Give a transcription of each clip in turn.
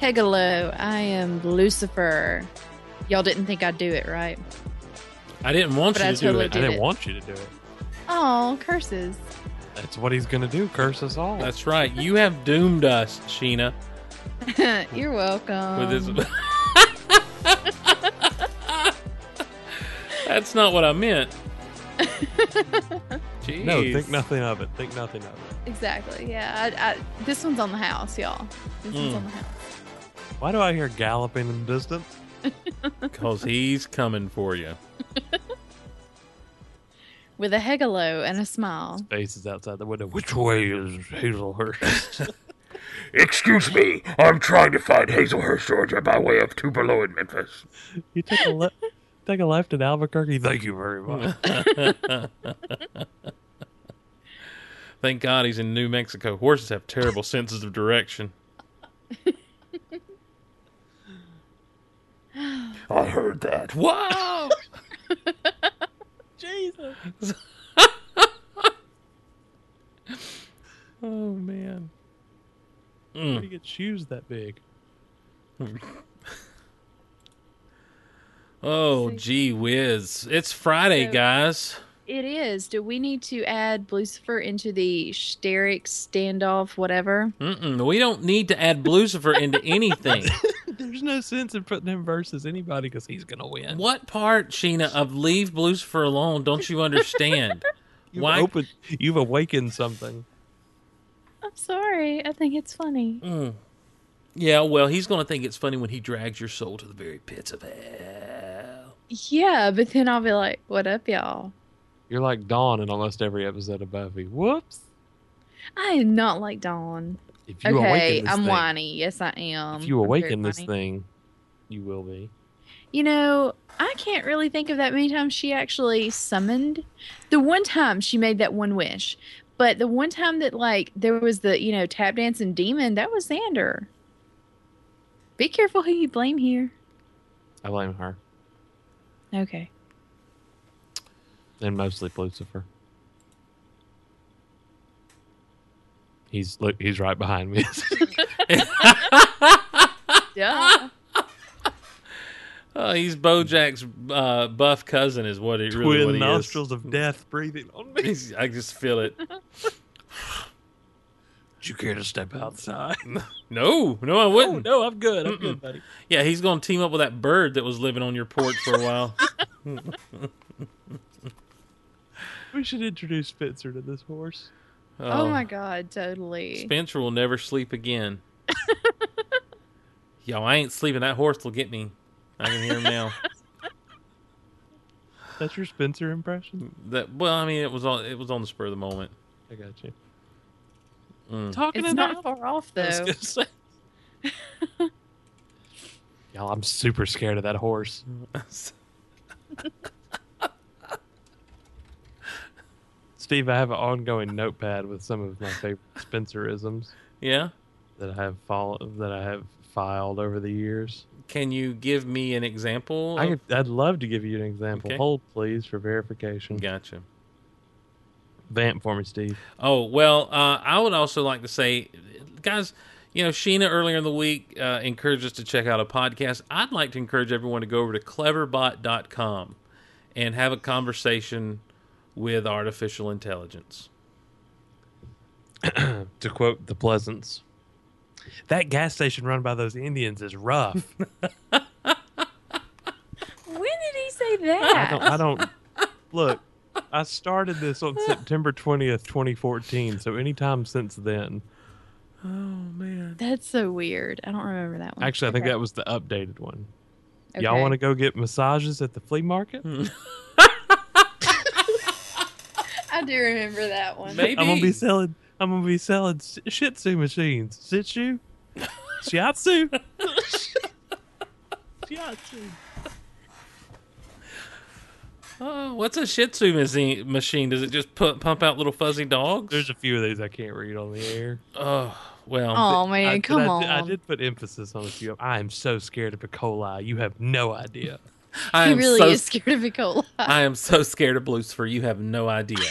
Hegelo, I am Lucifer. Y'all didn't think I'd do it, right? I didn't want But you I to do totally it. did I didn't it. want you to do it. Oh, curses. That's what he's gonna do. Curse us all. That's right. You have doomed us, Sheena, You're welcome. with this. That's not what I meant. Jeez. no. Think nothing of it. Think nothing of it. Exactly. Yeah. I, I, this one's on the house, y'all. This one's Mm. on the house. Why do I hear galloping in the distance? Because he's coming for you. With a hegelo and a smile. Faces outside the window. Which way is Hazelhurst? Excuse me, I'm trying to find Hazelhurst, Georgia, by way of Tupelo and Memphis. you took a le- take a left in Albuquerque. Thank you very much. Thank God he's in New Mexico. Horses have terrible senses of direction. I heard that. Whoa! Jesus. oh man. Where do you get shoes that big? Oh, gee whiz. It's Friday, So- guys. It is. Do we need to add Lucifer into the steric standoff, whatever? Mm-mm, we don't need to add Lucifer into anything. There's no sense in putting him versus anybody because he's gonna win. what part, Sheena, of leave Lucifer alone don't you understand? You've Why? opened- you've awakened something. I'm sorry. I think it's funny. Mm. Yeah, well, he's going to think it's funny when he drags your soul to the very pits of hell. Yeah, but then I'll be like, what up, y'all? You're like Dawn in almost every episode of Buffy. Whoops. I am not like Dawn. If you Okay, awaken this I'm thing, whiny. Yes, I am. If you Um, I'm very awaken this whiny. thing, you will be. You know, I can't really think of that many times she actually summoned. The one time she made that one wish, but the one time that like there was the you know tap dancing demon that was Xander. Be careful who you blame here. I blame her. Okay. And mostly Lucifer. He's look he's right behind me. Yeah. Oh, he's Bojack's uh, buff cousin, is what it really what he is. of death breathing on He's- I just feel it. Would you care to step outside? No, no, I wouldn't. Oh, no, I'm good. I'm good, buddy. Yeah, he's going to team up with that bird that was living on your porch for a while. We should introduce Spitzer to this horse. oh my god, totally. Spencer will never sleep again. Yo, I ain't sleeping. That horse will get me. I can hear him now. That's your Spencer impression? That well, I mean, it was on it was on the spur of the moment. I got you. Mm. Talking it's not far off I though. was gonna say. Y'all, I'm super scared of that horse. Steve, I have an ongoing notepad with some of my favorite Spencerisms yeah. that I have followed, that I have filed over the years. Can you give me an example? I of- could, I'd love to give you an example. Okay. Hold please for verification. Gotcha. Vamp for me, Steve. Oh well, uh, I would also like to say, guys, you know, Sheena earlier in the week uh, encouraged us to check out a podcast. I'd like to encourage everyone to go over to cleverbot.com and have a conversation with artificial intelligence. To quote the Pleasants, that gas station run by those Indians is rough. When did he say I don't. that? I don't look. I started this on September twentieth, twenty fourteen. So anytime since then, Oh man, That's so weird. I don't remember that one. actually, I think that was the updated one. Okay. Y'all want to go get massages at the flea market? Hmm. I do remember that one. maybe I'm gonna be selling. I'm gonna be selling sh- Shih Tzu machines. Shih Tzu, Shiatsu, Shiatsu. Oh, what's a Shih Tzu machine? machine? Does it just put, pump out little fuzzy dogs? There's a few of these I can't read on the air. oh well, Oh man, I, come I, on. did- I did put emphasis on a few. of- I am so scared of E. coli. You have no idea. I He am really so is scared of E. coli. I am so scared of Lucifer. You have no idea.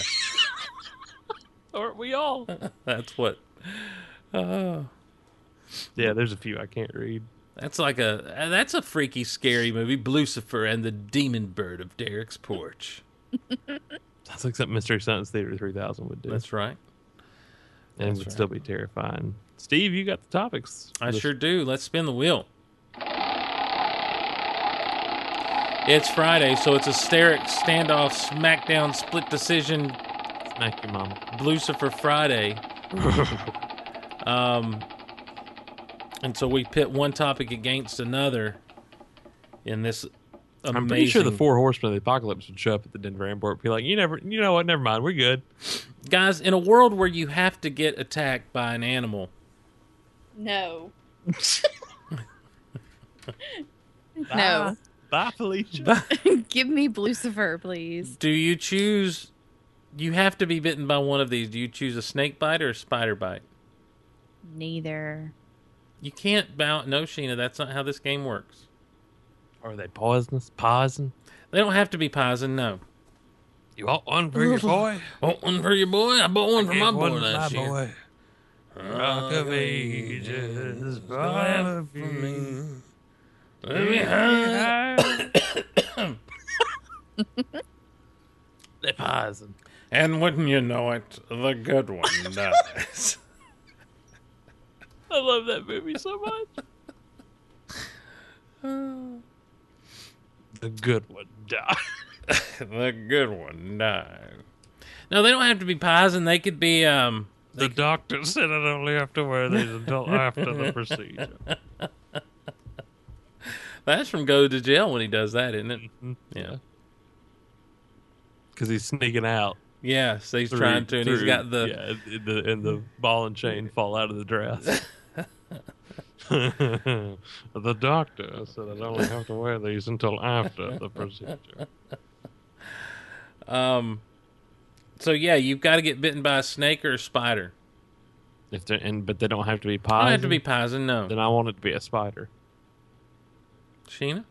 Aren't we all? That's what. Oh. Yeah, there's a few I can't read. That's like a uh, that's a freaky, scary movie. Lucifer and the Demon Bird of Derek's Porch. Sounds like something Mystery Science Theater 3000 would do. That's right. and that's would right. still be terrifying. Steve, you got the topics. I This- sure do. Let's spin the wheel. It's Friday, so it's a steric standoff, smackdown, split decision, Smack your mama. Lucifer Friday. um, and so we pit one topic against another in this amazing. I'm pretty sure the four horsemen of the apocalypse would show up at the Denver airport and be like, you never, you know what? Never mind. We're good. guys in a world where you have to get attacked by an animal. No. Bye. Ah. no. Bye, Felicia. Give me Lucifer, please. Do you choose? You have to be bitten by one of these. Do you choose a snake bite or a spider bite? Neither. You can't bow. No, Sheena, that's not how this game works. Are they poisonous? Poison? They don't have to be poison. No. You want one for your Ugh. boy? Want one for your boy? I bought one for Give my boy one to last my year. boy. Rock of ages, boy Laugh for for me. me. Let me hide. they poison. And wouldn't you know it, the good one dies. I love that movie so much. the good one died. the good one dies. No, they don't have to be poison. They could be um, The doctor said I'd only have to wear these until after the procedure. That's from Go to Jail when he does that, isn't it? Yeah. Because he's sneaking out. Yeah, so he's through- trying to, and he's through- got the. yeah, and the and the ball and chain fall out of the dress. the doctor said I'd only have to wear these until after the procedure. Um, so yeah, you've got to get bitten by a snake or a spider. If they're and but they don't have to be I poison. don't have to be poison. No, Then I want it to be a spider. Sheena,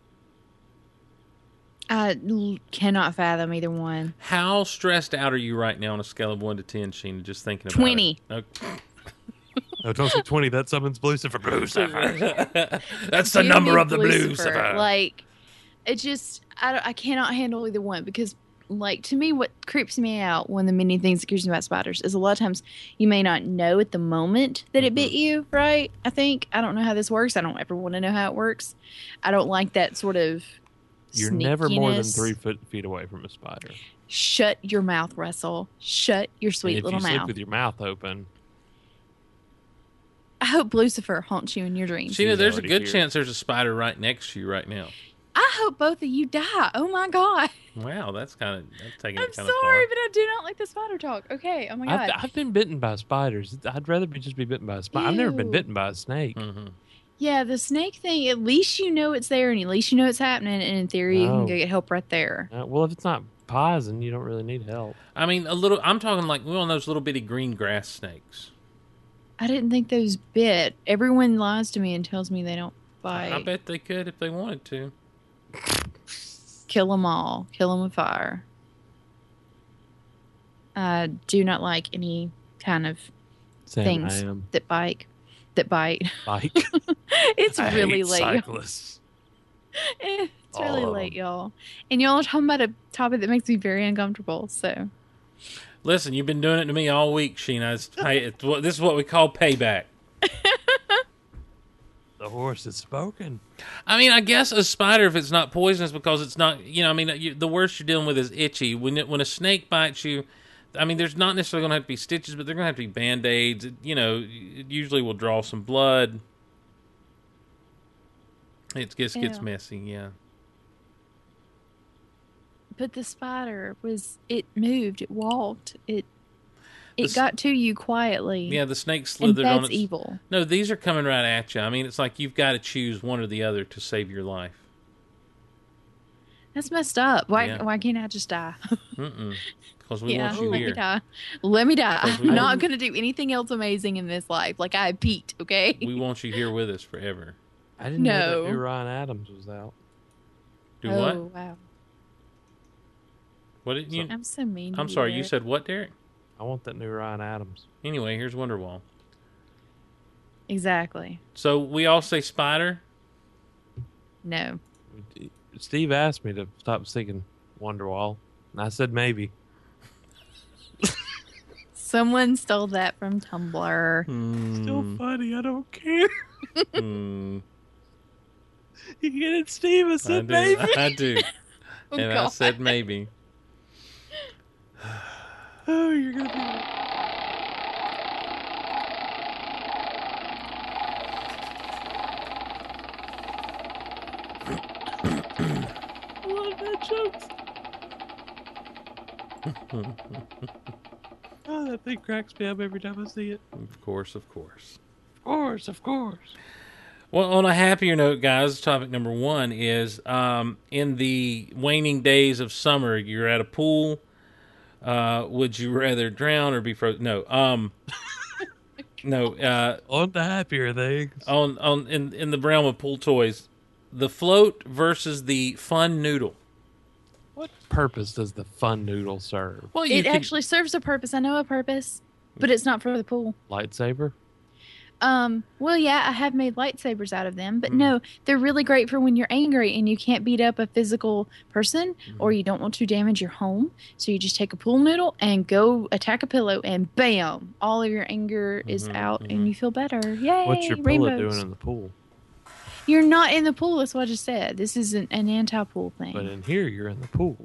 I l- cannot fathom either one. how stressed out are you right now on a scale of one to ten? Sheena, just thinking about 20. it. No, Oh, don't say twenty. That summons Lucifer. Lucifer. Okay. That's Give me Like, it just I don't, I cannot handle either one because like to me what creeps me out one of the many things that creeps me about spiders is a lot of times you may not know at the moment that it bit Mm-hmm. you right i think i don't know how this works i don't ever want to know how it works i don't like that sort of You're never more than sneakiness. three foot feet away from a spider. And shut your mouth russell shut your sweet if little you sleep mouth with your mouth open, i hope lucifer haunts you in your dreams Sheena, there's a already good here. chance there's a spider right next to you right now. i hope both of you die oh my god Wow, that's kind of that's taking i'm it sorry kind of far. but i do not like the spider talk okay oh my god I've, I've been bitten by spiders. I'd rather be just be bitten by a spider. I've never been Ew. bitten by a snake. Mhm. Yeah, the snake thing, at least you know it's there and at least you know it's happening. And in theory, you No. can go get help right there. Uh, well, if it's not poison, you don't really need help. I mean, a little. I'm talking like we all know those little bitty green grass snakes. I didn't think those bit. Everyone lies to me and tells me they don't bite. I bet they could if they wanted to. Kill them all. Kill them with fire. I do not like any kind of Sam, Things. I am that bite. That bite. like it's I really hate late. y'all. cyclists. it's All really of late, them. y'all. And y'all are talking about a topic that makes me very uncomfortable. So Listen, you've been doing it to me all week, Sheena. It's pay, it's what, this is what we call payback. The horse has spoken. I mean, I guess a spider, if it's not poisonous, because it's not, you know, I mean, you, the worst you're dealing with is itchy. When it, when a snake bites you, I mean, there's not necessarily going to have to be stitches, but they're going to have to be band aids. You know, it usually will draw some blood. It just gets Ew. messy, yeah. But the spider was it moved, it walked, it it s- got to you quietly. Yeah, the snake Mm-hmm. and slithered on that's its. evil. No, these are coming right at you. I mean, it's like you've got to choose one or the other to save your life. That's messed up. Why Yeah. why can't I just die? Mm-mm. Because we yeah, oh want you let me here. die. Let me die. Because I'm we want- not gonna do anything else amazing in this life. Like I peaked, okay? We want you here with us forever. I didn't know that No. new Ryan Adams was out. Do oh what? wow. What did you? I'm so mean. to I'm sorry. You Eric. said what, Derek? I want that new Ryan Adams. Anyway, here's Wonderwall. Exactly. So we all say spider. No. Steve asked me to stop singing Wonderwall, and I said maybe. Someone stole that from Tumblr. Still funny. I don't care. Hmm. You get it, Steve? I I said do. maybe. I do. Oh, and I God. said maybe. Oh, you're gonna be. right. I love that joke. Hmm, oh, that thing cracks me up every time I see it. Of course, of course. Of course, of course. Well, on a happier note, guys, topic number one is um, in the waning days of summer, you're at a pool. Uh, would you rather drown or be frozen? No. Um, no. Uh, On the happier things. on on in, in the realm of pool toys, the float versus the fun noodle. What purpose does the fun noodle serve? Well, It can- actually serves a purpose. I know a purpose, but it's not for the pool. Lightsaber? Um, well, yeah, I have made lightsabers out of them, but Mm. no, they're really great for when you're angry and you can't beat up a physical person Mm. or you don't want to damage your home. So you just take a pool noodle and go attack a pillow, and bam, all of your anger is Mhm, out mhm. and you feel better. Yay! Mm-hmm, What's your rainbows. bullet doing in the pool? You're not in the pool. That's what I just said. This isn't an anti-pool thing. But in here, you're in the pool.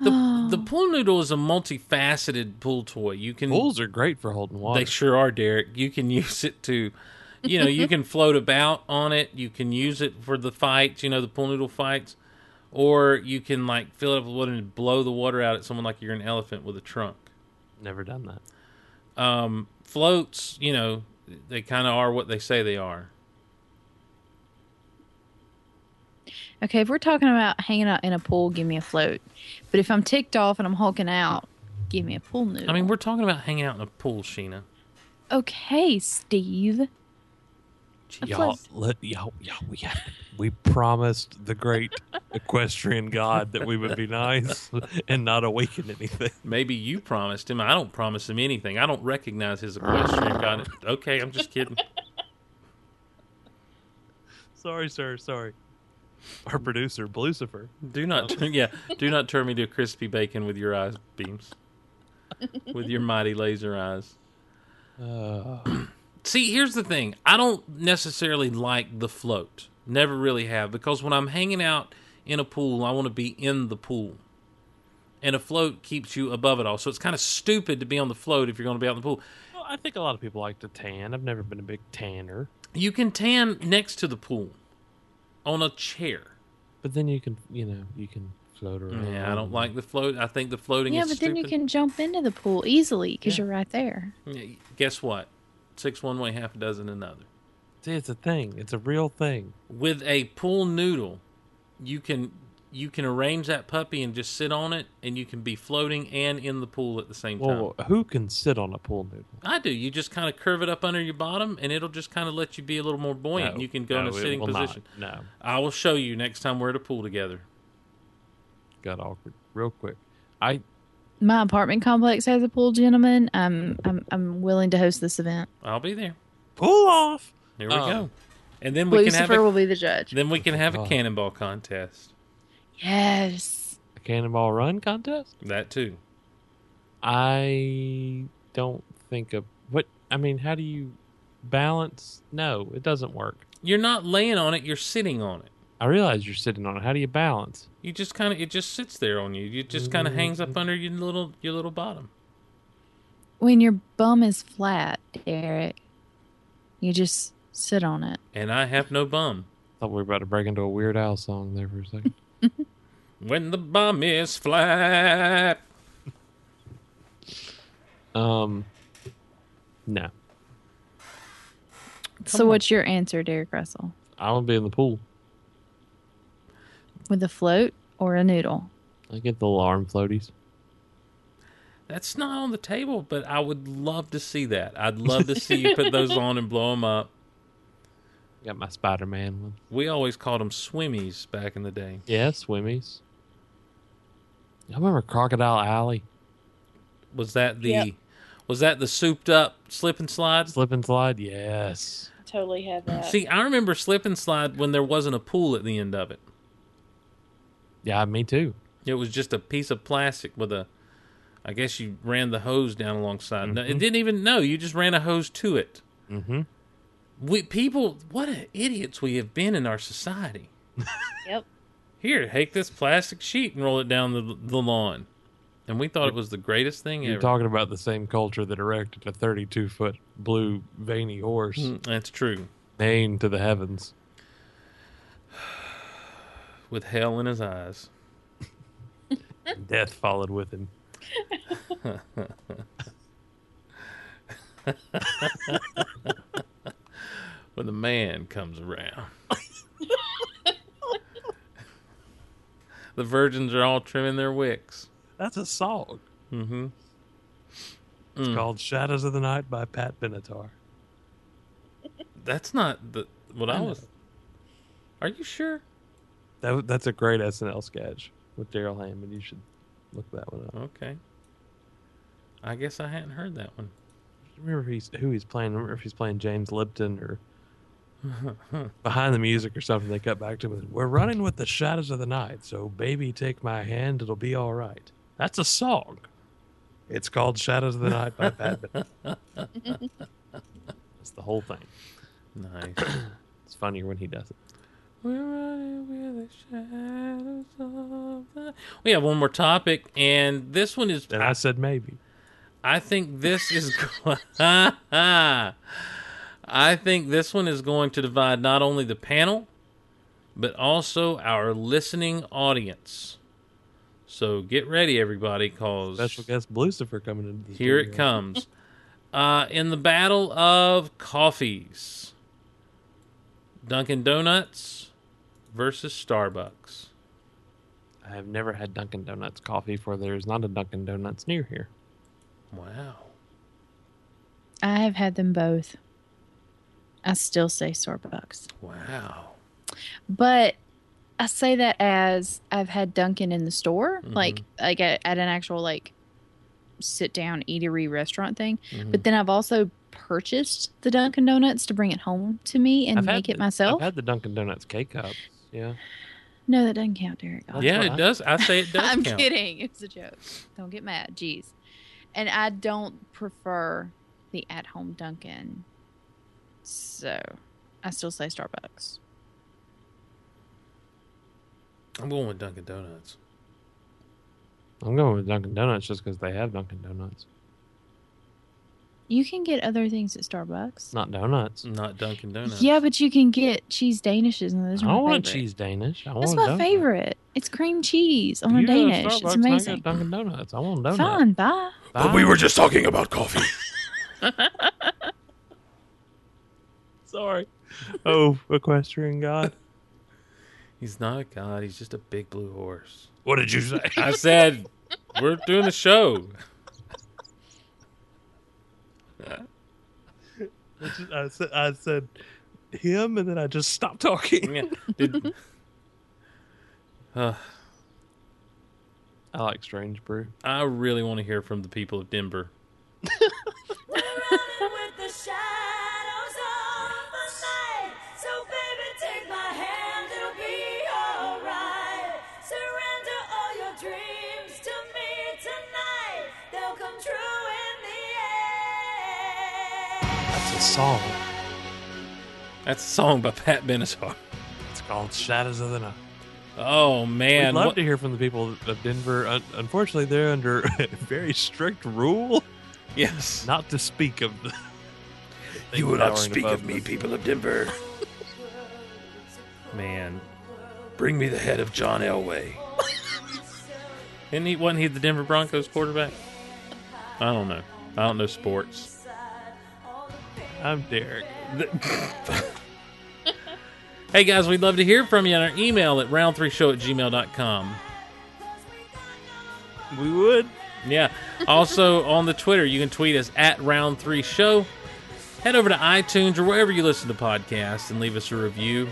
the Oh. the pool noodle is a multifaceted pool toy. You can Pools are great for holding water. They sure are, Derek. You can use it to, you know, you can float about on it. You can use it for the fights, you know, the pool noodle fights, or you can like fill it up with water and blow the water out at someone like you're an elephant with a trunk. Never done that. Um, floats, you know, they kind of are what they say they are. Okay, if we're talking about hanging out in a pool, give me a float. But if I'm ticked off and I'm hulking out, give me a pool noodle. I mean, we're talking about hanging out in a pool, Sheena. okay, Steve. A Y'all, float. let y'all, y'all, we, have, we promised the great equestrian god that we would be nice and not awaken anything. Maybe you promised him. I don't promise him anything. I don't recognize his equestrian. Got it? Okay, I'm just kidding. Sorry, sir. Sorry. Our producer, Lucifer. Do not, turn, yeah, do not turn me to crispy bacon with your eyes beams, with your mighty laser eyes. Uh, See, here's the thing: I don't necessarily like the float. Never really have because when I'm hanging out in a pool, I want to be in the pool, and a float keeps you above it all. So it's kind of stupid to be on the float if you're going to be out in the pool. well, I think a lot of people like to tan. I've never been a big tanner, You can tan next to the pool, on a chair. but then you can, you know, you can float around. Yeah, I don't like the float. I think the floating yeah, is but then stupid. you can jump into the pool easily because Yeah. you're right there. Yeah, Guess what? Six one way, half a dozen another. See, it's a thing. It's a real thing. with a pool noodle you can you can arrange that puppy and just sit on it and you can be floating and in the pool at the same time Well, who can sit on a pool noodle? i do you just kind of curve it up under your bottom and it'll just kind of let you be a little more buoyant No, you can go in no, a it sitting will not. position No, i will show you next time we're at a pool together got awkward real quick. I My apartment complex has a pool, gentlemen. I'm I'm I'm willing to host this event. i'll be there pull off. here we Oh. go and then we can have Lucifer a, will be the judge. then we can have a God. cannonball contest Yes. A cannonball run contest. that too I don't think of what I mean. How do you balance? No, it doesn't work. you're not laying on it you're sitting on it I realize you're sitting on it. How do you balance? you just kind of it just sits there on you it just kind of hangs up under your little your little bottom When your bum is flat, Derek, you just sit on it. and i have no bum Thought we were about to break into a Weird Al song there for a second. When the bomb is flat. um, no, so what's your answer, Derek Russell? I want to be in the pool. With a float or a noodle? I get the alarm floaties. That's not on the table, but I would love to see that. I'd love to see you put those on and blow them up. Got my Spider Man one. We always called them swimmies back in the day. Yeah, swimmies. I remember Crocodile Alley Was that the Yep. was that the souped up slip and slide? slip and slide. Yes, totally have that. See, I remember Slip and Slide when there wasn't a pool at the end of it. Yeah, me too. It was just a piece of plastic with a. I guess you ran the hose down alongside. No, it didn't even. No, you just ran a hose to it. Mm-hmm. We people, what a idiots we have been in our society. Yep. Here, take this plastic sheet and roll it down the, the lawn, and we thought it was the greatest thing You're ever. talking about the same culture that erected a 32 foot blue veiny horse Mm, That's true. named to the heavens. With hell in his eyes. Death followed with him. when the man comes around. the virgins are all trimming their wicks. That's a song. hmm It's called Shadows of the Night by Pat Benatar. That's not the what I, I know. was. Are you sure? That, that's a great SNL sketch with Daryl Hammond. You should look that one up. Okay. I guess I hadn't heard that one. remember if he's, who he's playing. I remember if he's playing James Lipton or behind the music or something. They cut back to him. and, We're running with the shadows of the night, so baby, take my hand. It'll be all right. That's a song. It's called Shadows of the Night by Pat. Benatar. That's the whole thing. Nice. It's funnier when he does it. We're running with the shadows of the. We have one more topic, and this one is. And I said maybe. I think this is go- I think this one is going to divide not only the panel but also our listening audience. So get ready everybody cause Special guest Lucifer coming into the here studio. it comes. Uh, in the battle of coffees. Dunkin Donuts versus Starbucks. I have never had Dunkin' Donuts coffee, for there is not a Dunkin' Donuts near here. Wow. I have had them both. I still say Starbucks. Wow. but I say that as I've had Dunkin' in the store, Mm-hmm. Mhm. like like at, at an actual like sit down eatery restaurant thing. Mm-hmm. Mhm. But then I've also purchased the Dunkin' Donuts to bring it home to me and I've had make it the- myself. I've had the Dunkin' Donuts K cups. Yeah. no, that doesn't count, Derek. That's yeah, what it I- does. I say it does I'm count. kidding. It's a joke. Don't get mad. Jeez. And I don't prefer the at home Dunkin'. So I still say Starbucks. I'm going with Dunkin Donuts. I'm going with Dunkin' Donuts just because they have Dunkin' Donuts, You can get other things at Starbucks. not donuts. Mm, Not Dunkin Donuts. Yeah, but you can get cheese danishes, and those I are my don't want favorite. cheese Danish. I That's want my a donut. favorite. It's cream cheese on You a go to danish. Starbucks It's and I get amazing. Dunkin' Donuts. I want a donut. Fine, bye. But we were just talking about coffee. sorry. oh, equestrian god. He's not a god. He's just a big blue horse. What did you say? I said, we're doing the show. I said, I said him, and then I just stopped talking. Yeah, did- Uh, I like Strange Brew. I really want to hear from the people of Denver. with the shadows of the night. So baby, take my hand, it'll be alright. Surrender all your dreams to me tonight. They'll come true in the end. That's a song. That's a song by Pat Benatar. It's called Shadows of the Night. Oh man, We'd love what- to hear from the people of Denver. Un- unfortunately, they're under a very strict rule yes, not to speak of the. You will Towering not speak above of me, them. people of Denver. man. Bring me the head of John Elway. And he wasn't he the Denver Broncos quarterback? I don't know. I don't know sports. I'm Derek. Hey guys, we'd love to hear from you on our email at round3show at gmail.com. We would. Yeah. Also on the Twitter, you can tweet us at Round Three Show. Head over to iTunes or wherever you listen to podcasts and leave us a review.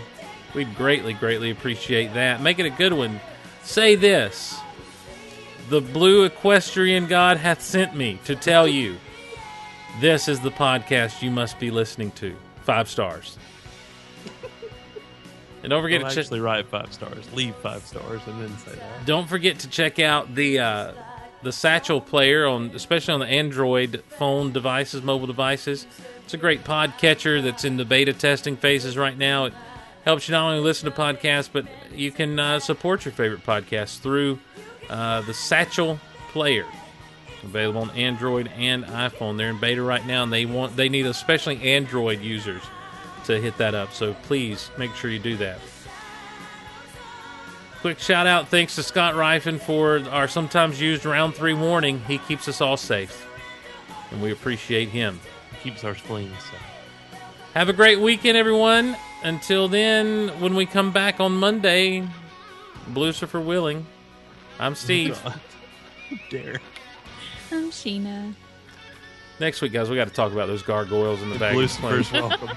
We'd greatly, greatly appreciate that. Make it a good one. Say this The blue equestrian god hath sent me to tell you this is the podcast you must be listening to. five stars. and don't forget Don't to check. actually write five stars. Leave five stars and then say that. Don't forget to check out the uh, the Satchel player on, especially on the Android phone devices, mobile devices. It's a great pod catcher that's in the beta testing phases right now. It helps you not only listen to podcasts, but you can uh, support your favorite podcasts through uh, the Satchel player. Available on Android and iPhone. They're in beta right now, and they want they need especially Android users to hit that up. So please make sure you do that. Quick shout out thanks to Scott Rifen for our sometimes used round three warning. He keeps us all safe, and we appreciate him. Keeps our spleen. So. Have a great weekend, everyone. Until then, when we come back on Monday, Blucifer willing. I'm Steve. Dare. I'm Sheena. Next week, guys, we got to talk about those gargoyles in the, back. Lucifer's welcome.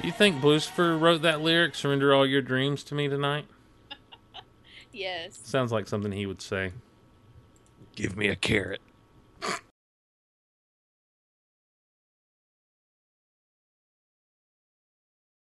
Do you think Blucifer wrote that lyric, Surrender All Your Dreams to Me Tonight? Yes. Sounds like something he would say. Give me a carrot.